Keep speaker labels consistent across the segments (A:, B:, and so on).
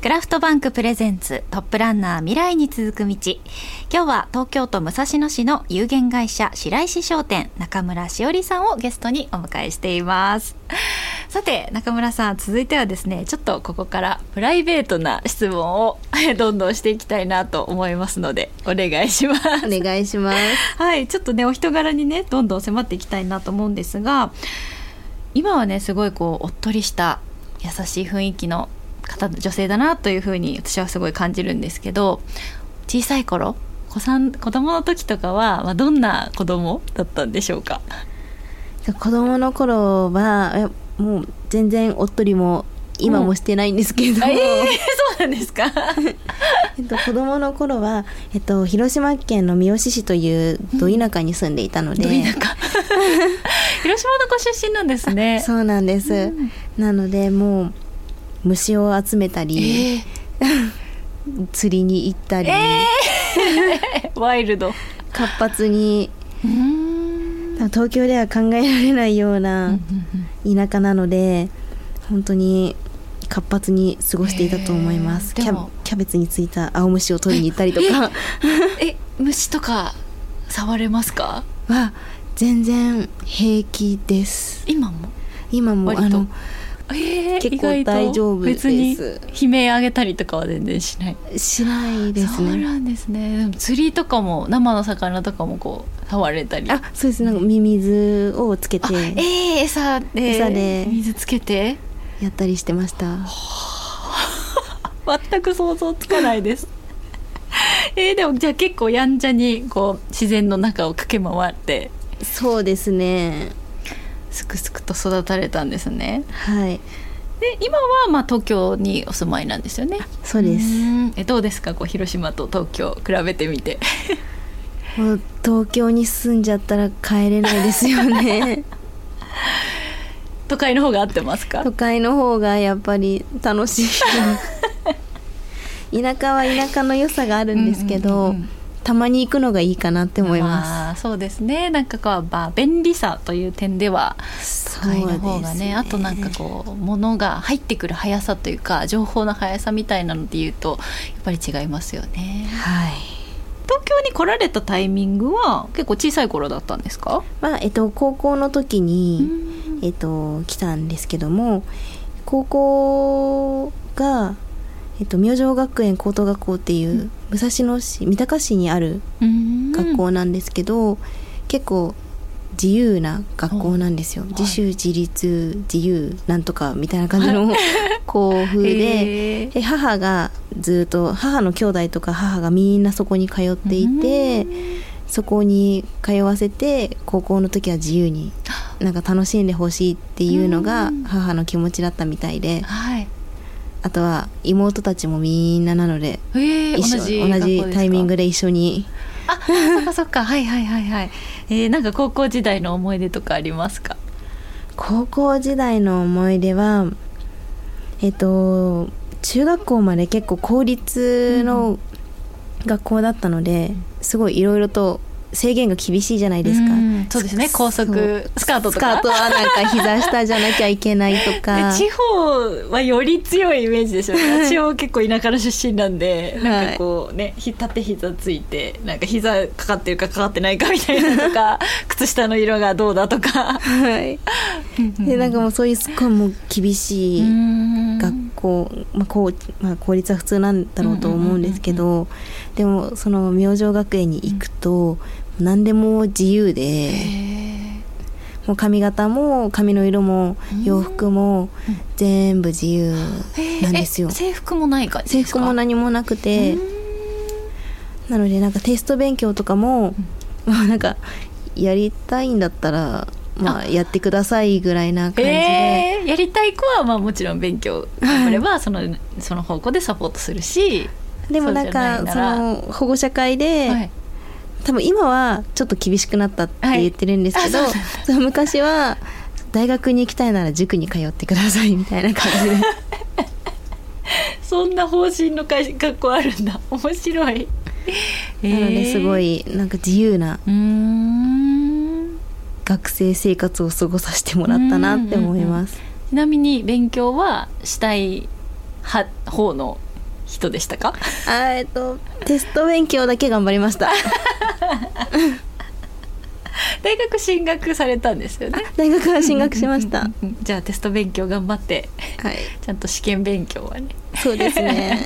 A: クラフトバンクプレゼンツトップランナー未来に続く道今日は東京都武蔵野市の有限会社白石商店中村しおりさんをゲストにお迎えしていますさて中村さん続いてはですねちょっとここからプライベートな質問を どんどんしていきたいなと思いますのでお願いします
B: お願いします
A: はいちょっとねお人柄にねどんどん迫っていきたいなと思うんですが今はねすごいこうおっとりした優しい雰囲気の方女性だなというふうに私はすごい感じるんですけど小さい頃子さん子供の時とかは、まあ、どんな子供だったんでしょうか
B: 子供の頃はえもう全然おっとりも今もしてないんで すけど、
A: ええそうなんですか
B: えっと、子供の頃は、えっと、広島県の三次市というど田舎に住んでいたので、
A: ど田舎広島のご出身なんですね
B: そうなんです、
A: うん
B: なのでもう虫を集めたり、
A: え
B: 釣りに行ったり、
A: ー、ワイルド
B: 活発に
A: うん
B: 東京では考えられないような田舎なので本当に活発に過ごしていたと思いま
A: へ
B: す、
A: ー
B: キ
A: でも
B: ャキャベツについた青虫を取りに行ったりとか
A: え 虫とか触れますか
B: は全然平気です
A: 今も
B: 今も
A: 割と
B: あの
A: えー、
B: 結構
A: 意外と
B: 大丈夫です
A: 別に悲鳴あげたりとかは全然しない
B: しないです
A: そう
B: ね
A: なんですねでも釣りとかも生の魚とかもこう触れたり
B: あそうですなんかミミズをつけ
A: あ
B: て
A: えー、餌で
B: 餌で
A: 水つけて
B: やったりしてました
A: 全く想像つかないです えー、でもじゃあ結構やんちゃにこう自然の中を駆け回って
B: そうですね
A: すくすくと育たれたんですね
B: はい
A: で今はまあ東京にお住まいなんですよね
B: そうです
A: んえどうですかこう広島と東京比べてみて
B: もう東京に住んじゃったら帰れないですよね
A: 都会の方が合ってますか
B: 都会の方がやっぱり楽し い田舎は田舎の良さがあるんですけど、
A: うんうんうんうん
B: たまに行くのがいいかなって思いま
A: あ、
B: す、
A: そうですねなんかこう、まあ、便利さという点では都会の方がねあとなんかこう物が入ってくる速さというか情報の速さみたいなので言うとやっぱり違いますよね
B: うはい
A: 東京に来られたタイミングは結構小さい頃だったんですか、
B: まあえっと高校の時
A: う
B: に、
A: ん
B: えっと来たんですけども高校がえっと明星学園高等学校っていう、武蔵野市三鷹市にある
A: うん
B: 学校なんですけど、結構自由な学校なんですよ、
A: い
B: 自主自立自由なんとかみたいな感じの 校風で、
A: へー
B: で母がずっと母の兄弟とか母がみんなそこに通っていて、そこに通わせて高校の時は自由になんか楽しんでほしいっていうのが
A: うん
B: 母の気持ちだったみたいで
A: はい
B: あとは妹たちもみんななので
A: えー、
B: 一緒
A: 同じ
B: 同じタイミング
A: で
B: で一緒に
A: あそっかそっかはいはいはいはい、えー、なんか高校時代の思い出とかありますか
B: 高校時代の思い出はえっと中学校まで結構公立の学校だったので、すごいいろいろと制限が厳しいじゃないですか、
A: うんそうですね高速スカートと
B: スカ
A: か
B: ートはなんか膝下じゃなきゃいけないとか
A: で地方はより強いイメージでしょうね地方結構田舎の出身なんで、なんかこうねひ縦膝ついてなんか膝かかってるかかかってないかみたいなのと か靴下の色がどうだとか
B: はいでなんかもうそういうすっごいもう厳しい学
A: 学
B: 校、まあこうまあ、公立は普通なんだろうと思うんですけど、でもその明星学園に行くと、何でも自由で。もう髪型も髪の色も
A: うん
B: 洋服も
A: うん
B: 全部自由なんですよ。
A: 制服もない感じ
B: 制
A: ですか
B: 服も何もなくて
A: うん
B: なのでなんかテスト勉強とかも、もうなんかやりたいんだったらまあやってくださいぐらいな感じで、
A: えーやりたい子はまあもちろん勉強頑張ればそのその方向でサポートするし、
B: でもなん
A: そ
B: かそう
A: じゃないなら
B: の保護者会で、
A: はい
B: 多分今はちょっと厳しくなったって言ってるんですけど、
A: はいあそう
B: そう昔は大学に行きたいなら塾に通ってくださいみたいな感じで。
A: そんな方針の会学校あるんだ 面白い
B: なのですご
A: い
B: いなんか自由な
A: うーん
B: 学生生活を過ごさせてもらったなって思います。
A: ちなみに勉強はしたいは方の人でした か
B: あえっとテスト勉強だけ頑張りました
A: 大学進学されたんですよね
B: 大学は進学しましたは
A: うんじゃあテスト勉強頑張って
B: い
A: ちゃんと試験勉強はね
B: そうです ね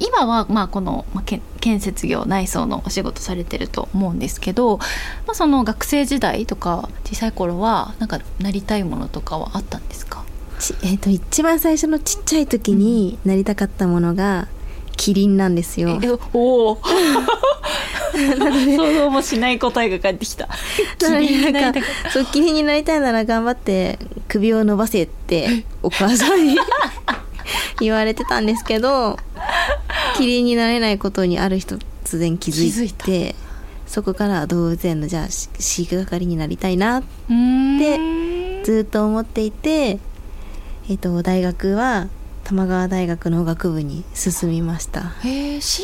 A: 今はまあこのまあけん建設業内装のお仕事されてると思うんですけど、まあ、その学生時代とか小さい頃はなんかなりたいものとかはあったんですか
B: ちえっと一番最初のちっちゃい時になりたかったものがキリンなんですよ
A: えおお 想像もしない答えが返ってきた
B: なのでなんか
A: か
B: そうキリンになりたいなら頑張って首を伸ばせってお母さんに 言われてたんですけどキリンになれないことにある日突然気づい
A: 気
B: てそこから動物園のじゃあし飼育係になりたいな
A: うーん
B: ずっと思っていて、えっと大学は玉川大学農学部に進みました
A: えー飼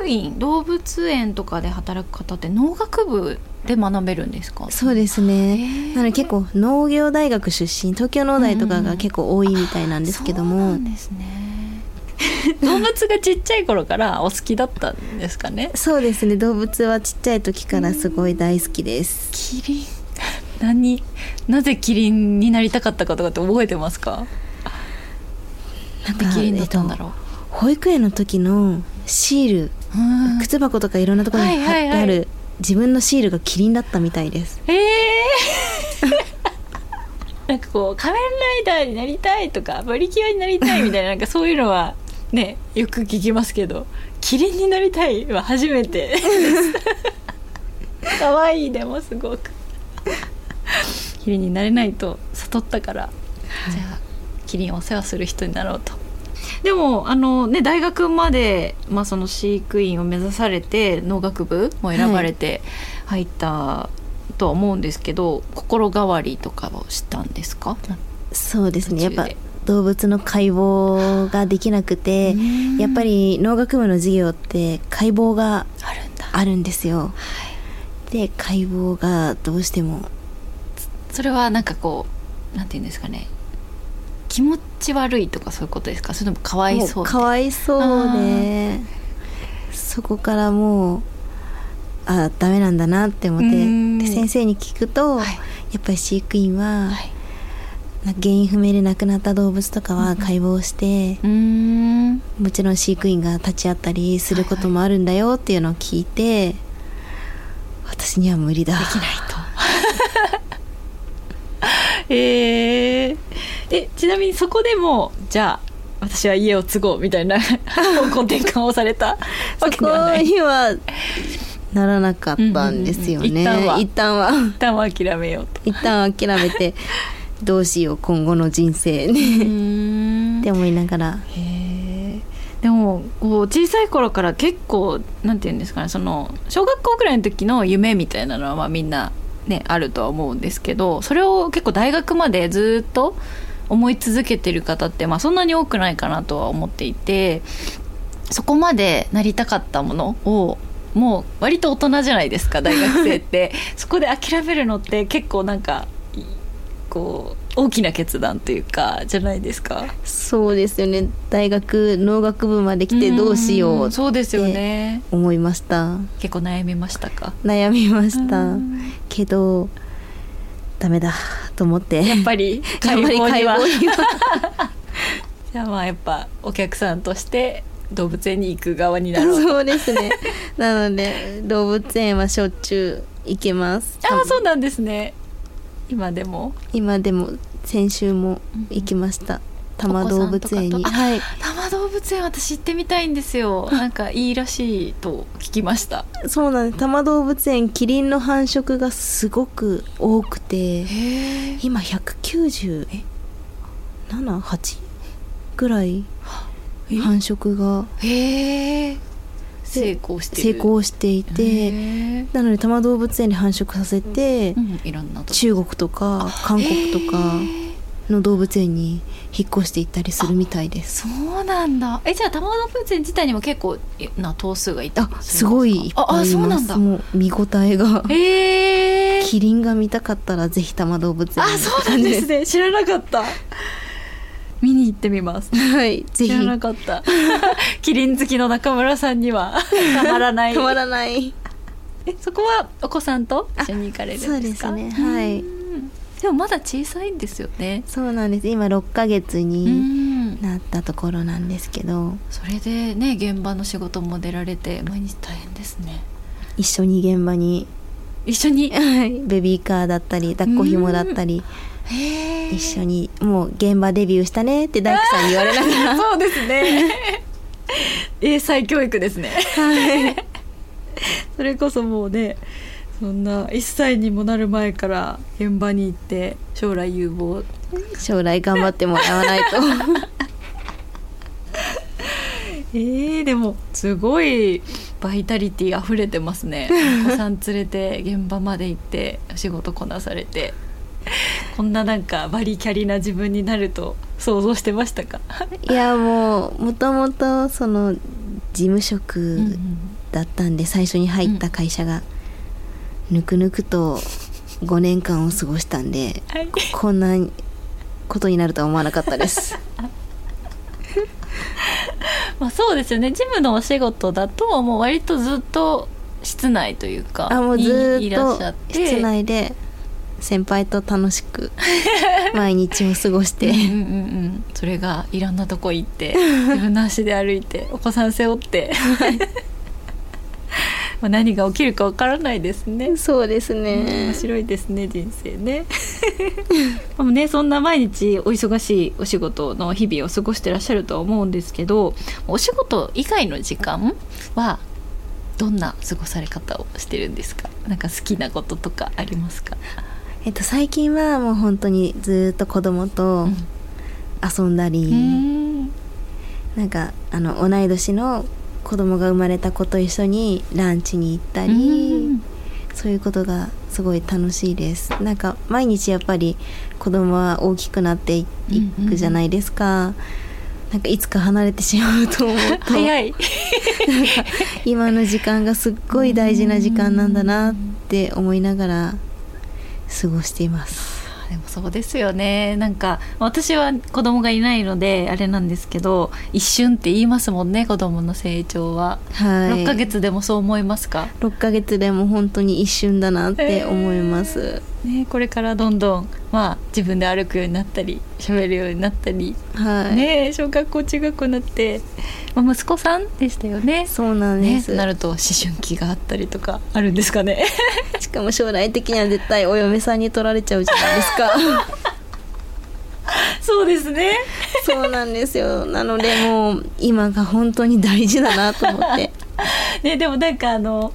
A: 育員動物園とかで働く方って農学部で学べるんですか
B: そうですね
A: へー
B: なので結構農業大学出身東京農大とかが結構多いみたいなんですけども、
A: そうなんですね 動物がちっちゃい頃からお好きだったんですかね
B: そうですね動物はちっちゃい時からすごい大好きです、
A: キリン何なぜキリンになりたかったかとかって覚えてますかなんでキリンだったんだろう、
B: 保育園の時のシール
A: うん
B: 靴箱とかいろんなところに貼ってある、
A: はいはいは
B: 自分のシールがキリンだったみたいです
A: えー、 なんかこう仮面ライダーになりたいとかバリキュアになりたいみたいななんかそういうのはねよく聞きますけどキリンになりたいは初めてです可愛いでもすごくキリンになれないと悟ったから、じゃあキリンをお世話する人になろうとでもあのね大学まで、まあ、その飼育員を目指されて農学部も選ばれて入ったとは思うんですけど、心変わりとかをしたんですか
B: そうですねや
A: 途
B: っ
A: 中で
B: ぱ動物の解剖ができなくて
A: うん
B: やっぱり農学部の授業って解剖が
A: あるんだ
B: あるんですよで解剖がどうしても
A: それはなんかこうなんて言うんですかね気持ち悪いとかそういうことですかそれともかわい
B: も
A: そうう
B: かわいそうでそこからもうあダメなんだなって思っ
A: う
B: て
A: ん
B: で先生に聞くと、
A: はい
B: やっぱり飼育員
A: は
B: は、
A: い
B: な原因不明で亡くなった動物とか
A: うんう
B: は
A: ん
B: 解剖して
A: う、ーん
B: もちろん飼育員が立ち会ったりすることもあるんだよっていうのを聞いて、私には無理だ
A: できないと。 えー、えちなみにそこでもじゃあ私は家を継ごうみたいな方向転換をされたわ
B: そ
A: けでは
B: こ
A: ない。
B: に はならなかったんですよね、
A: うんうんうん一
B: 一旦は
A: 一旦は諦めようと。
B: 一旦諦めてどうしよう今後の人生ねって思いながら
A: へえでもこう小さい頃から結構なんて言うんですかねその小学校ぐらいの時の夢みたいなのはまあみんな、ね、あるとは思うんですけどそれを結構大学までずっと思い続けてる方って、まあ、そんなに多くないかなとは思っていてそこまでなりたかったものをもう割と大人じゃないですか大学生って そこで諦めるのって結構なんかいこう大きな決断というかじゃないですか。
B: そうですよね大学農学部まで来てどうしようと
A: そうですよね
B: 思いました
A: 結構悩みましたか
B: 悩みました
A: うん
B: けどダメだと思って
A: やっぱり
B: やっぱり
A: 解剖には
B: 解剖には
A: じゃあまあやっぱお客さんとして動物園に行く側になろう
B: そうですねなので動物園はしょっちゅう行けます
A: ああそうなんですね今でも
B: 今でも先週も行きました多摩動物
A: お子さ
B: 園
A: ん
B: に
A: とかと
B: はい
A: 多摩動物園私行ってみたいんですよなんかいいらしいと聞きました
B: そうなんです多摩動物園キリンの繁殖がすごく多くて
A: へえ
B: 今1978ぐらい
A: え
B: 繁殖が
A: へえ成功してる
B: 成功していて
A: へえ
B: なので多摩動物園に繁殖させて
A: うんいろんなとこ
B: 中国とか韓国とか
A: へえ
B: の動物園に引っ越していったりするみたいです
A: そうなんだえじゃあ多摩動物園自体にも結構な頭数がいたり
B: あ
A: す
B: す
A: るん
B: ご
A: で
B: いいっ
A: かあ
B: ぱ
A: あ
B: いい
A: そうな
B: ま
A: ん
B: す
A: だ
B: もう見応えが
A: へえ
B: キリンが見たかったらぜひ多摩動物園に
A: あそうなんですね知らなかった見に行ってみます
B: はいぜ
A: 知
B: ひ
A: らなかった キリン好きの中村さんにはたまらない
B: 止まらない
A: えそこはお子さんと一緒に行かれるんですか
B: そうですねはい
A: うんでもまだ小さいんですよね
B: そうなんです今6ヶ月
A: う
B: に
A: ん
B: なったところなんですけど
A: それでね現場の仕事も出られて毎日大変ですね
B: 一緒に現場に
A: 一緒に
B: ベビーカーだったり抱っこひもだったり一緒
A: に
B: にもう現場デビューしたねって大工さんに言われな がら
A: そうですね 英才教育ですね それこそもうねそんな1歳にもなる前から現場に行って将来有望
B: 将来頑張ってもらわないと
A: えー、でもすごいバイタリティ溢れてます ねお子さん連れて現場まで行ってお仕事こなされてこんななんかバリキャリな自分になると想像してましたか、
B: いやもうもともとその事務職
A: うんうん
B: だったんで最初に入った会社がぬくぬくと5年間を過ごしたんで
A: はい
B: こんなことになるとは思わなかったです
A: まあ、そうですよね事務のお仕事だともう割とずっと室内というか
B: あもうず
A: にいらっしゃ
B: ー
A: っ
B: っと室
A: て
B: 内で先輩と楽 しく毎日を過ごして
A: うんうんうんうん、それがいろんなとこ行って自分の足で歩いてお子さん背負って まあ何が起きるかわからないですね
B: そうです
A: 面白いですね人生ねでもねそんな毎日お忙しいお仕事の日々を過ごしてらっしゃるとは思うんですけどお仕事以外の時間はどんな過ごされ方をしてるんですかなんか好きなこととかありますか、
B: えっと、最近はもう本当にずーっと子供と遊んだり、
A: うん
B: なんかあの同い年の子供が生まれた子と一緒にランチに行ったり、
A: うん
B: そういうことがすごい楽しいですなんか毎日やっぱり子供は大きくなってい
A: うんうん
B: くじゃないですか、なんかいつか離れてしまうと思うと
A: 早い
B: 今の時間がすっごい大事な時間なんだなって思いながら過ごしています
A: でもそうですよねなんか私は子供がいないのであれなんですけど一瞬って言いますもんね子供の成長は、
B: はい
A: 6ヶ月でもそう思いますか、
B: 6ヶ月でも本当に一瞬だなって思います、
A: ね、これからどんどん、まあ、自分で歩くようになったり喋るようになったり、
B: はい、
A: ね小学校中学校になって、まあ、息子さんでしたよね
B: そうなんで
A: ね
B: す、
A: なると思春期があったりとかあるんですかね
B: しかも将来的には絶対お嫁さんに取られちゃうじゃないですか
A: そうですね
B: そうなんですよなのでもう今が本当に大事だなと思 って
A: ね、でもなんかあの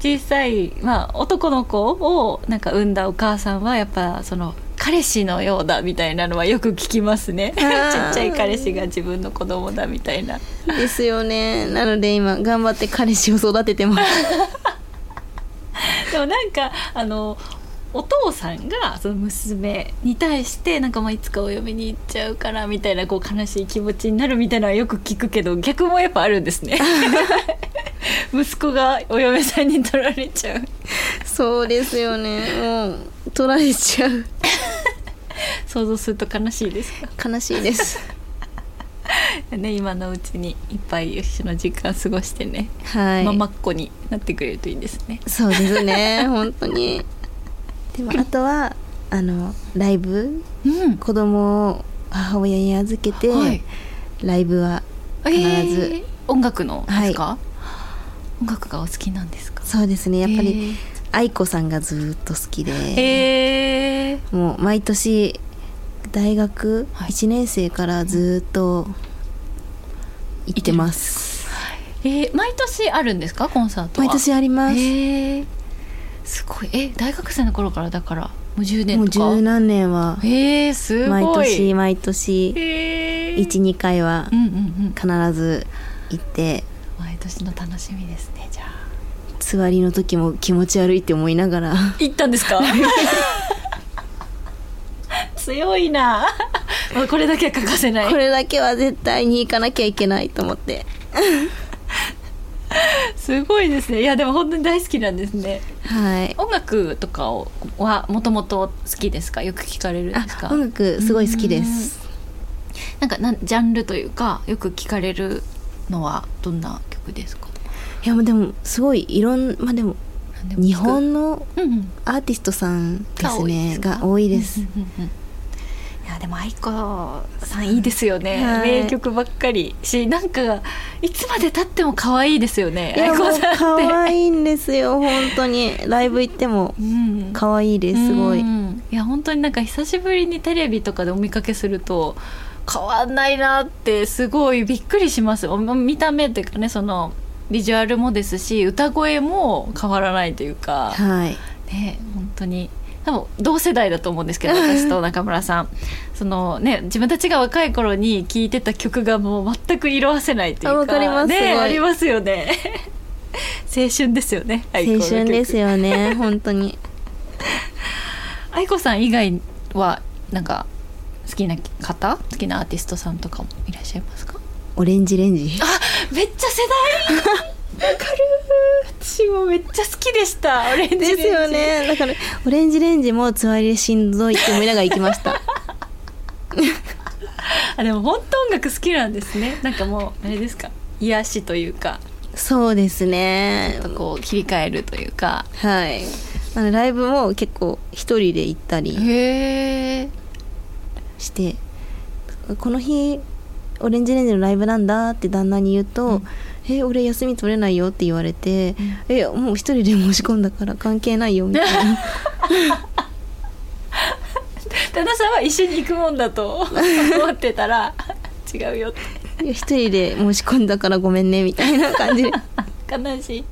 A: 小さい、まあ、男の子をなんか産んだお母さんはやっぱその彼氏のようだみたいなのはよく聞きますねちっち
B: あー
A: ゃい彼氏が自分の子供だみたいな
B: ですよねなので今頑張って彼氏を育ててます
A: でもなんかあのお父さんがその娘に対してなんかまあいつかお嫁に行っちゃうからみたいなこう悲しい気持ちになるみたいなのはよく聞くけど逆もやっぱあるんです ね息子がお嫁さんに取られちゃう
B: そうですよねもう取られちゃう
A: 想像すると悲しいですか
B: 悲しいです
A: ね、今のうちにいっぱい一緒の時間過ごしてね、
B: はい
A: ママっ子になってくれるといいですね
B: そうです ね本当にでもあとはあのライブ
A: うん
B: 子供を母親に預けて、
A: はい
B: ライブは必ず、
A: えー音楽のですか、
B: は
A: 音楽がお好きなんですか
B: そうですねやっぱり、愛子さんがずっと好きで、
A: えーえ
B: もう毎年大学
A: はい
B: 1年生からずっと行ってます、
A: ーえー毎年あるんですかコンサートは
B: 毎年あります、
A: えーすごいえ大学生の頃からだからもう10年
B: もう
A: とか
B: 十何年は
A: えー、すごい
B: 毎年毎年
A: えー、
B: 12回は
A: うんうんうん
B: 必ず行って
A: 毎年の楽しみですねじゃあ
B: つわりの時も気持ち悪いって思いながら
A: 行ったんですか 強いな まあこれだけは欠かせない
B: これだけは絶対に行かなきゃいけないと思って
A: すごいですねいやでも本当に大好きなんですね
B: はい
A: 音楽とかをはもともと好きですかよく聞かれるんですか
B: あ音楽すごい好きです
A: なんかなんジャンルというかよく聞かれるのはどんな曲ですか
B: いやもうでもすごいいろんまあでも
A: 何でも聞く
B: 日本の
A: うんうん
B: アーティストさんですね
A: か
B: が多いです
A: うんうんうんいやでも愛子さんいいですよね、
B: はい
A: 名曲ばっかりしなんかいつまで経っても可愛いですよね
B: いや
A: 愛
B: も
A: 子
B: う
A: さんって
B: 可愛いんですよ本当にライブ行っても
A: うん
B: 可愛いですすごい
A: うんいや本当になんか久しぶりにテレビとかでお見かけすると変わんないなってすごいびっくりしますお見た目っていうかねそのビジュアルもですし歌声も変わらないというか、
B: はい
A: ね本当に多分同世代だと思うんです けど私と中村さんそのね自分たちが若い頃に聴いてた曲がもう全く色あせないというか
B: あわかりますすご
A: ね
B: い
A: ありますよね 青春ですよねアイコの
B: 青
A: 曲
B: 春ですよね本当に
A: 愛子さん以外はなんか好きな方好きなアーティストさんとかもいらっしゃいますか
B: オレンジレンジ
A: めっちゃ世 代わかる私もめっちゃ好きでしたオレンジ
B: ですよねだからオレンジレンジもつわりでしんどいって思いながら行きました
A: あでも本当音楽好きなんですねなんかもうあれですか癒しというか
B: そうですね
A: こう切り替えるというか
B: はいあのライブも結構一人で行ったり
A: へえ
B: してこの日オレンジレンジのライブなんだって旦那に言うと「え俺休み取れないよ」って言われて「えもう一人で申し込んだから関係ないよ」みた いな
A: 旦那さんは一緒に行くもんだと思ってたら 違うよって
B: いや「一人で申し込んだからごめんね」みたいな感じで
A: 悲しい